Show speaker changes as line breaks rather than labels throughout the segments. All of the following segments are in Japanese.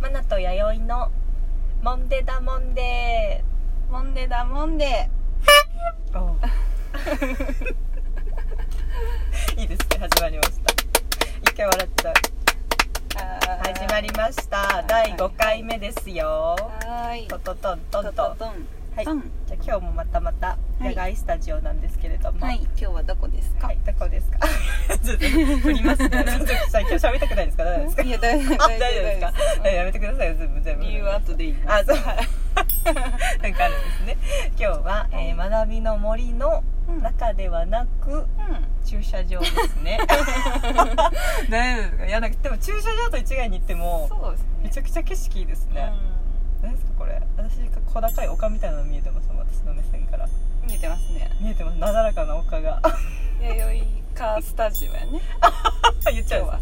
マナと弥生のモンデダモンデ
モンデだモンデ
いいですね始まりました一回笑っちゃう始まりました
い
第5回目ですよ
はーい
トントントントン
トン
トン
トン
はい
トン
じゃあ今日もまたまた
はい
野外スタジオなんですけれども
はい今日はどこですか、、
はいいどこです かちょっと振りますねちょっとさ今日喋りたくないですか大丈夫ですか
や大丈 夫
あ大丈夫ですか
大丈夫
えやめてくださいよ全部全
うん
部
理由は後で言います
あそう なんかあるんですね今日は、えー学びの森の
うん
中ではなく駐車場です ね大丈夫ですかいやなんかでも駐車場と一概に行って
うん、
も
そうですね
めちゃくちゃ景色いいですね、何ですかこれ私が小高い丘みたいなの見えてますもん私の目線から
うん、見えてますね
見えてますなだらかな丘が
弥生カースタジオやね
言っちゃ
今日
う
は、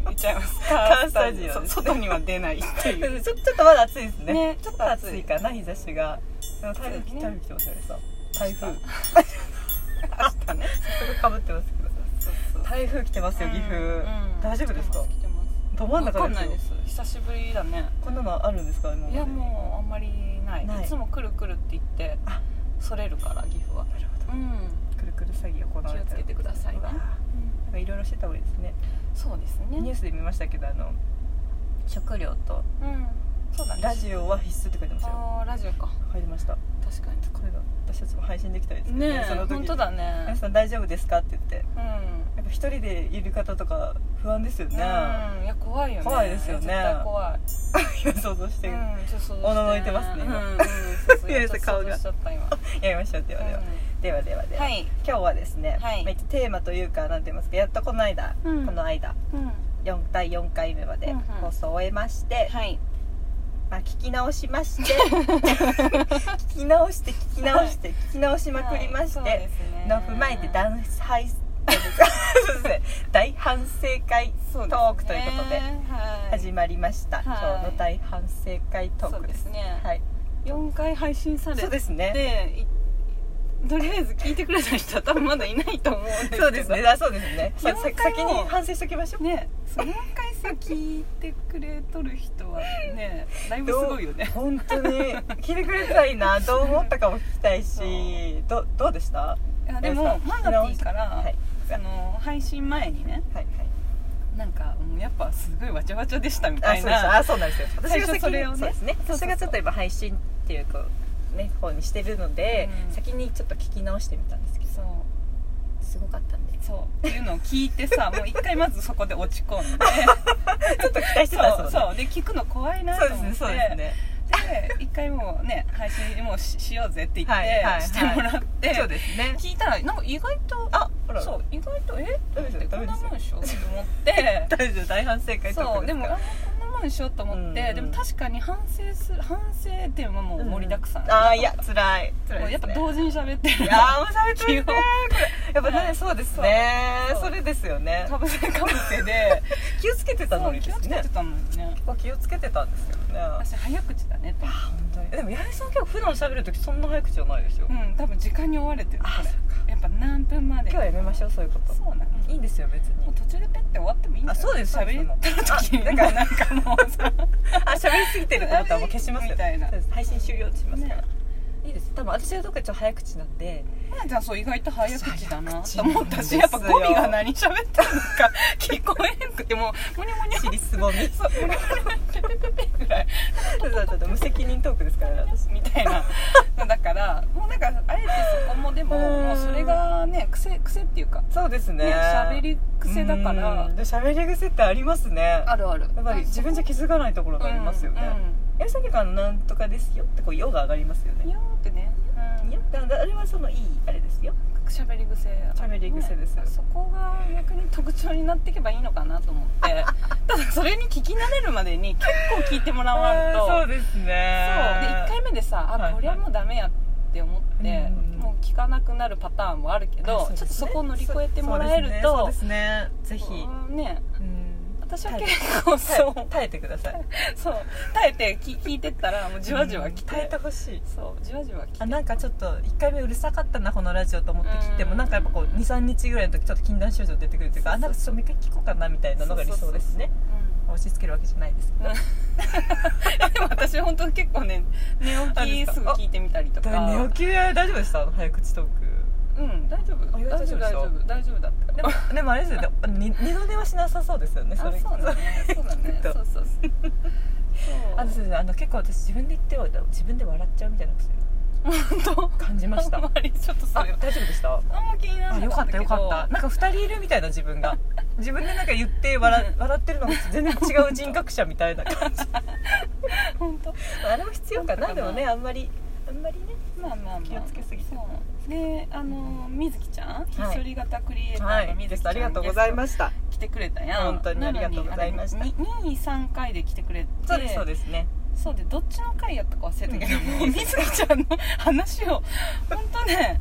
うん、言っちゃ いますカ
ースタジオ
ーそう外には出ないってい
ん
う
ですちょちょっとまだ暑いですね
ね
ちょっと暑いかな日差しがでも台風来
そうですね
台風来てますよねそう台風そ
明日 明日ね
れかぶってますけど
そうそう
台風来てますよ岐阜、
うん
大丈夫ですか
来てます
ど真ん
来て
中
ますわかん
です
ない
よ
です久しぶりだね
こんなのあるんですか今まで
いやもうあんまりない
ない
いつも来る来るって言って
あ
それるから岐阜は
なるほ
うん
どくるくる詐欺が行わ
気
れ
を
て
つけてくださいね
うわなんかいろいろしてた方がいいですね
そうです
ニュ
ね
ースで見ましたけどあの食料と
うんそうだね
ラジオは必須って書いてましたよ
あーラジオか
書いてました
確か
これが私たちも配信できたらいいです
に
けど
ねえ
その時
本当だ
皆
ね
さん大丈夫ですかって言って
うん
やっぱ一人でいる方とか不安ですよね、
うんいや怖いよね
怖いですよね
絶対怖い
今想像して、
うんちょっと想像して
おののいてますね今
うんうんそう そう
いやいや
ちょっと
顔が
想像しちゃった 今
やりましょうではでは、
う
ではではで
ん
は、
はい
今日はですね、
はい
まあ一応テーマというかなんて言いますかやっとこの間、
うん
この間
うん
4第4回目まで
うんうん
放送を終えまして、
はい
まあ、聞き直しま して聞き直して聞き直して聞き直しまくりまして、
はいそうですね
の踏まえて大反す いません大反省会ト
そうですね
ークということで
はい
始まりました、
はい
今日の大反省会トー
そう
ク
で
です
すね
はい
4回配信されて
そうですね
でいとりあえず聞いてくれた人は多分まだいないと思うんですけど
そうですねあそうですねささ
4回
先
も
に反省しときましょう
ねその回さ聞いてくれとる人はねだいぶすごいよね
どう本当に聞いてくれたらいいなどう思ったかも聞きたいしどどうでした
いやで
皆
も
さん
マナティーから、
はい
あの配信前にね
はいはい
なんかもうやっぱすごいわちゃわちゃでしたみた
あ
い
そうです
な
あそうなんですよ私
最
が先
初
に
それをね
そうですね
そうそうそう
私がちょっと今配信っていうかね方にしてるので、
うん
先にちょっと聞き直してみたんですけど
そう
すごかったんで
そうっていうのを聞いてさもう一回まずそこで落ち 込んで
ちょっと期待して
そ
たんで
う
すもんね
そうで聞くの怖いな
そう
と
で
思っ
すね
て
そうですね
で一回もうね配信もうししようぜって言って、
はいはいはい
してもらって
そうですね
聞いたらなんか意外と
あほら
そう意外とえ
ダメですよ
こ
ダメ
ん
で
な
すよ
もんでしょって 思って
大丈夫大反省会トークですから
そうでもあこんなもんでしょと思って、
うんうん
でも確かに反省する反省点はもう盛りだくさん、
うあーいや辛い辛い
もうやっぱ
う
同時に喋ってる
いやーもう喋ってるね
基
こ
本
れやっぱね、
はい
そうですね
そう
そ
そう
れですよね
かぶせかぶせで
気をつけてた
そ
の
う
に
気
で
を
す
つけ
ね
てたもんね
結構気をつけてたんですけどね
私早口だねと思っ
本当にでも八重さん結構普段喋る時そんな早口じゃないですよ、
てうん多分時間に追われてるこ
あそ
れやっぱ何分まで
今日はやめましょうそういうこと
そうなの
いいんですよ別に
もう途中でペッて終わってもいいんだよ
あそうです
喋りたる時
あ
に
だ
なん
から
かなんかもうさ
あ喋りすぎてると思ったらもう消しますよ
みたいな
そうです配信終了しますから、
ね
いいです多分私のとこちょっと早口なんで
まなちゃんそう意外と早口だな
口
と
なんですよ
思ったしやっぱ語尾が何喋ってるのか聞こえんくてもうモニモニ
尻すぼみそう
モニモニペペペペぐらい
そうそう無責任トークですからね私
みたいなのだからもうなんかあえてそこもでも
うん
もうそれがね癖癖っていうか
そうですね
ね喋り癖だから
うんで喋り癖ってありますね
るある
やっぱり自分じゃ気づかないところがありますよね、えさっきからのなんとかですよってこう「よ」が上がりますよ
うんうん、
ね
いやーってね、うん
いやあれはそのいいあれですよ
喋り癖
喋り癖です
ねそこが逆に特徴になっていけばいいのかなと思って ただそれに聞き慣れるまでに結構聞いてもらわんと
あー
そ
そううです
で
ね
1回目でさ
はいは
あ
い
こりゃもうダメやって思って、
うんうん
もう聞かなくなるパターンもあるけど、
あ
ち
そうで
ょっと
す
そ
ね
こを乗り越えてもらえると
そうですねそうですねぜひ、
うんね
うん
私は結構
耐え
そう
耐えてください
そう耐えて聞聞いてったらもうじわじわ来て,、
耐えてほしい
そうじわじわ来て
あなんかちょっと1回目うるさかったなこのラジオと思って聞いても
うん
なんかやっぱこう23日ぐらいの時ちょっと禁断症状出てくるというかあ
そう
な
そ
ん
う
かちょっともう一回聞こうかなみたいなのが理想ですね
うん
押し付けるわけじゃないですけど
でも私本当結構ね寝
あ
起
です
き
か
すぐ聞いてみたりと
だから
か
寝起きは大丈夫でしたあの早口トーク
うん大丈夫
あ意外と
大丈夫大丈夫大丈夫だっ た
でもでもあれですよね二二度寝はしなさそうですよね
あ
それ
そうだねそうだね
き
そ
っと
うそうそうそう
あのそうですあの結構私自分で言っては自分で笑っちゃうみたいなこと
本
感じました
あんまりちょっと そ
あ
れは
大丈夫でした
あんま気になら
あ
な
よか
か
っ
ったた
よ
け
かっ
ど
たなんか2人いるみたいな自分 が自分でなんか言って 笑笑ってるのが全然違う人格者みたいな感 じ
本当
あれも必要かな
本当かな
でもねあんまりあんまりね
まあまあまあ
気をつけすぎて
そうであのみずきちゃんひ
はい
そり型クリエイタ
は
ーの
い
みずきちゃん、
ありがとうございました
す来てくれたやん
本当にありがとうございました
23回で来てくれて
そうですそうですね
そうでどっちの回やったか忘れたけど、
うん
もうみずきちゃんの話を本当ね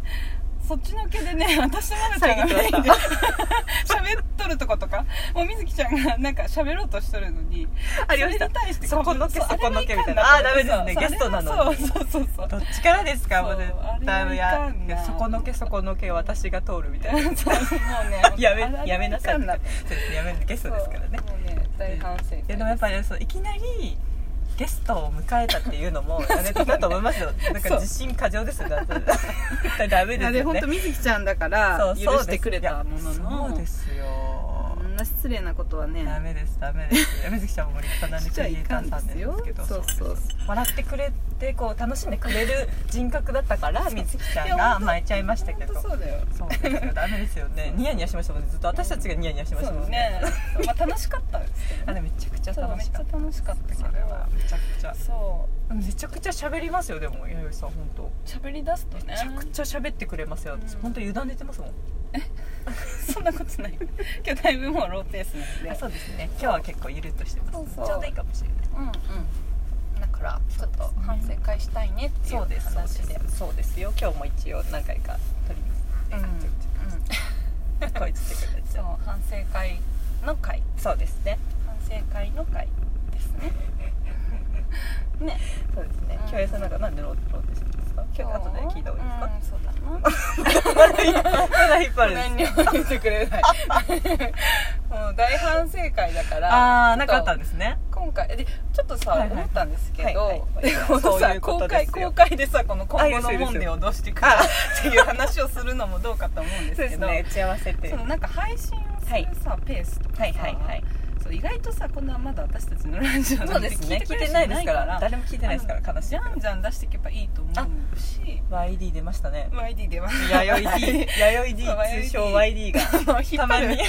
そっちのけでね私と奈々ちゃんがメインで喋っとるとことかもうみずきちゃんがなんか喋ろうとしとるのに
ありました
それに対して
そこのけ
う
そこのけ
あれはいか
み
ん
たいなあーダメですね
そう
ゲストなのに
そうそうそうそう
どっちからですか
そう
もう絶
あれはい
対
か
や
んない
やそこのけそこのけ私が通るみたいな
そうもう ね
やめ
あれあれ
やめなさい
かん
みたい
と
なそうですやめるゲストですからね
そうもうね大反省
いやでもやっぱりそういきなりゲストを迎えたっていうの もやめとだと思いますよ、なんか自信過剰ですよねダメですよね
あれ本当みずきちゃんだから許してくれたものの
そうですよ
こんな失礼なことはね
ダメですダメです山月ちゃんも立派な
し
ク
ちゃ
リ
い
エイタ
かん
ーさん
です
で
よ
すけど
そうそう
笑ってくれてこう楽しんでくれる 人格だったからみずきちゃんが甘えちゃいましたけど
本当そうだよ
そうですよダメですよねニヤニヤしましたもんねずっと私たちがニヤニヤしまし
そ
たも
うです
んね
ね、まあ、楽しかったですけ
あ
どね
れめちゃくちゃ
そう
楽
めっ
し
ち
か
ゃ
った
楽しかったけ
そ
ど
れはめちゃくちゃ
そ
めちゃくちゃ喋りますよでも弥生さん本当
う喋り出すとね
めちゃくちゃ喋ってくれますよ私
うん
本当油断出てますもん
そんなことない今日だいぶもうローペースなんで
あそうですね今日は結構ゆるっとしてま
そう
す
そう
ちょうどいいかもしれない
うんうんだからちょっと反省会したいねっていう
そう
話で
ですそうですそうですよ今日も一応何回か撮り
うんうん
ますね こいつってくれち
そう
ゃ
反省会の会
うそうですね
反省会の会ですねね
そうですね
うん
共演さんなんかなんでローローテしてるんですか今日後で聞いた方がいいですか
うんそうだな
まだ引っ張るん
何
です
にも言ってくれない もう大反省会だから
ああーなんかあったん
ちょ
ですね
と今回でちょっとさ、
はいはい
思ったんですけど、
はいはい
でも
そう
さ
いうこ
公
と
開
ですよ
公開でさこの
あ
今
いいですよ
後の問題をどうしていくかっていう話をするのもどうかと思うんですけど
打ち合わせて
そのなんか配信をするさ、ペースとかさ、
はいはいはい
そう意外とさこんなまだ私たちのラジオなんて
そうですね
聞
聞
い
い
て
て
くれ
な
る人
いですから
い
誰も聞いてないですから悲しい
じゃんじゃん出していけばいいと思うし
YD 出ましたね
YD では
弥生 D 弥生 D
そう弥生 D
通称 YD が
あの引った張
ま
る
に
引っ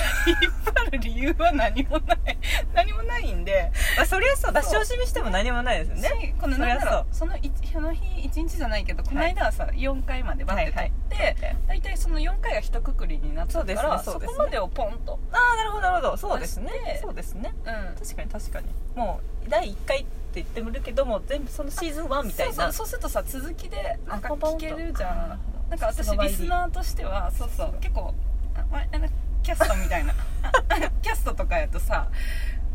張る理由は何もない 何もないんで、
まあそりゃそう出し惜しみしても何もないですよね
しこの
そり
なん
ゃ
だろう
そ
その一その日一日じゃないけどこの間はさ、四4回まで
う
バッて撮って、大体その4回が一括りになったから
そうですねそうですね
こまでをポンと、
ああなるほどなるほどそうですね
出して
そうですね
うん、
確かに確かにもう第1回って言ってもるけども全部そのシーズン1みたいな
そうそうそうするとさ続きでなんか
あポンポ
聞
ンと
けるじゃ
あ
ん
ー
なんか私
その場合
リ
に
スナーとしてはそうそう結構あわあのキャストみた いなキャストとかやとさ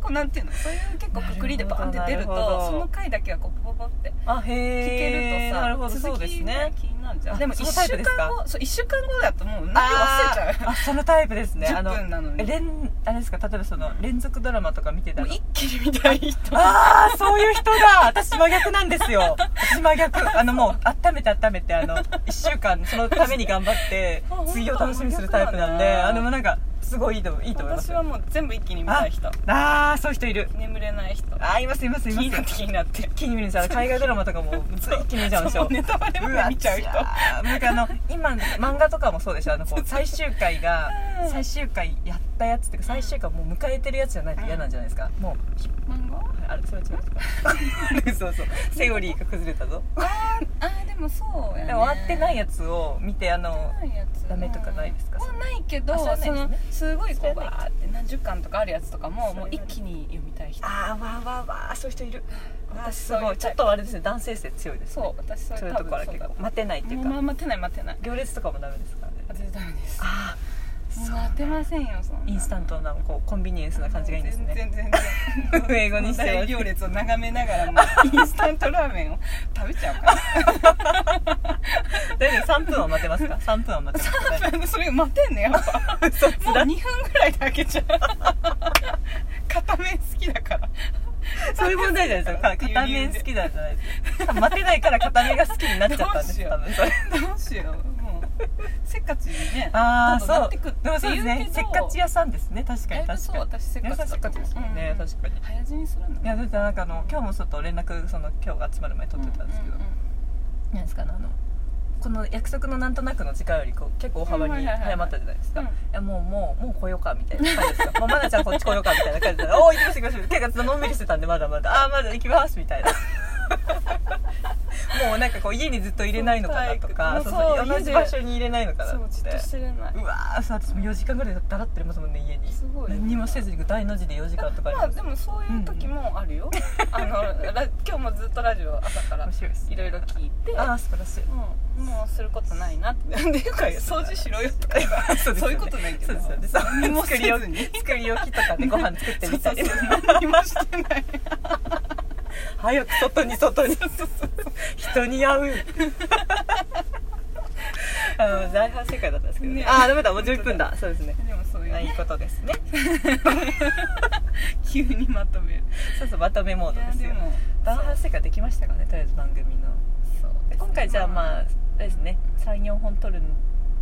こうなんていうのそういう結構くくりでバーンって出ると
なるほど
その回だけはこうポポポって
あへ
聞け
え
るとさ、
なるほど
続
そうです
きが
ね
気になるじゃん
あ
でも
そ
1
の
週
タイプですか
間後そう一週間後だともう内容忘れちゃ
あー
う
あそのタイプですねあの
10分なのに
え連あれですか例えばその連続ドラマとか見てた
もう
ら
一気に見たい人
ああそういう人だ私真逆なんですよ私真逆あのもう温めて温めてあの1週間そのために頑張って
あ本当
次を楽しみにするタイプなんで
真逆なんだ
あのもうなんかすごいいいといいと思います
私
よ
はもう全部一気に見たい人
ああそういう人いる
眠れない人
あーいますいますいま
気になっ
す
て気になって
一気に見るんですよ海外ドラマとかもずっと一気に見ちゃうんですよ
そうネタバレまで見ちゃう人
わなんかあの今漫画とかもそうでしょあの こう最終回が
うん
最終回やったやつっていうか最終回もう迎えてるやつじゃないと嫌なんじゃないですかもう
漫画
あれそれは違うそうそうセオリーが崩れたぞ
あーあーでもそうやね
でも終わってないや
つ
つを見てあの
ないやつ
ダメとかないですか
はないけど
あそれは
そ
ないです
の
ね
すごい
それ
こ
はな
う
い
バーって何十巻とかあるやつとかも
それ
も
は
う
ない
一気に読みたい人
ああわーわーわーそういう人いるあー
私
す
そう
ご
いう
いち
タ
ょっ
イプ
とあれですね男性性強いです
そ
ね
う私それ
そういう
多
ところは
分そう
結
だ
構待てないっていう
もう
か
待てない待てない
行列とかもダメですからね
あ全然ダメです
あ
もう待てませんよそんな
インスタントなこうコンビニエンスな感じがいいんですね
全然全 然
英語にしては
大行列を眺めながらもうインスタントラーメンを食べちゃうから
大丈夫3分は待てますか3分は待て ますか
それ待てんねやっぱもう2分ぐらいで開けちゃう片面好きだから
そういう問題じゃないですよか片面好きなんじゃないですか待てないから片面が好きになっちゃったんです
どうしよう
多分それ
どうしようもうせっかちにね
ああ
どんどん
そ
な
う
ってくって
でもそうですねせ
言
っ
うけど
かち屋さんですね確か
だい
に
ぶ
確
そう
かに
私せっ
皆さ
か
ん
ち
せっかちですもんね、
うん
確かにい
早死にするんだ
やだってなんかあの今日もちょっと連絡その今日が集まる前に取ってたんですけど、
うう
なんですかねあのこの約束のなんとなくの時間よりこう結構大幅
うんはい
に
はいはいはい
早まったじゃないですか、
うん
いやもうもうもう来ようかみたいな感じですよもうまなちゃんこっち来ようかみたいな感じ で「おお行きましょう行きましょう」結構のんびりしてたんでまだまだ「ああーまだ行きます」みたい なもうなんかこう家にずっと入れないのかなとか
そ
そううそ
体育
う
もうそう
同じ場所に入れないのかな
そ
と思
う
っ
じっと
て
してれないう
わーそう私も4時間ぐらいだらってますもんね家に
すごい
何もせずに大の字で4時間とか
まあでもそういう時もあ るよ、あのラ今日もずっとラジオ朝から
面白いです
いろいろ聞いて
ああ素晴らしい
うん、もうすることないなって っていうか掃除しろよとか言えば
そうですよね
そういうことないけど
そうですよねそう
何もせ
作
ず
り置
に
き作り置きとかでご飯作ってみたり
そうそうそう何もしてない
早く外に外に人に会うあの大半世界だったんですけどね
ね
ああダメだもう11分だそうですね
でもそういう
いい
ね
ことですね
急にまとめる
そうそうまとめモードですよ
いやでも
大半世界できましたかねとりあえず番組の
そうですね
今回じゃあまああれですね34本撮る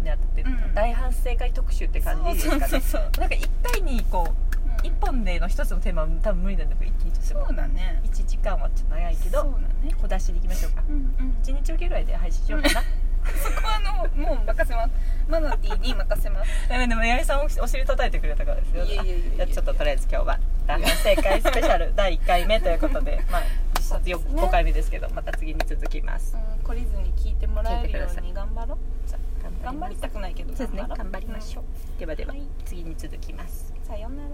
にあたって
うん
大反省会特集って感じですかね
そうそうそう
なんか1回にこう
うん
1本での1つのテーマは多分無理なんだけど一気にとっても
そうだね
1時間はちょっと長いけ
そう
ど
だね
小出しでいきましょうか
うんうん
1日おきぐらいで配信しようかな
そこはあのもう任せますマナティーに任せます
ダメでも八重さんおお尻叩いてくれたからですよ
いやいやいやいや
じゃあちょっととりあえず今日は大反省会スペシャル第1回目ということでまあ
そうですね
5回目ですけどまた次に続きます
うん懲りずに聞いてもらえるよ
聞
う
いて
に頑張ろうじゃあ頑張り
ます
たくないけど
そうですね頑張りましょ
ょ
うではでは
はい
次に続きます
うんさようなら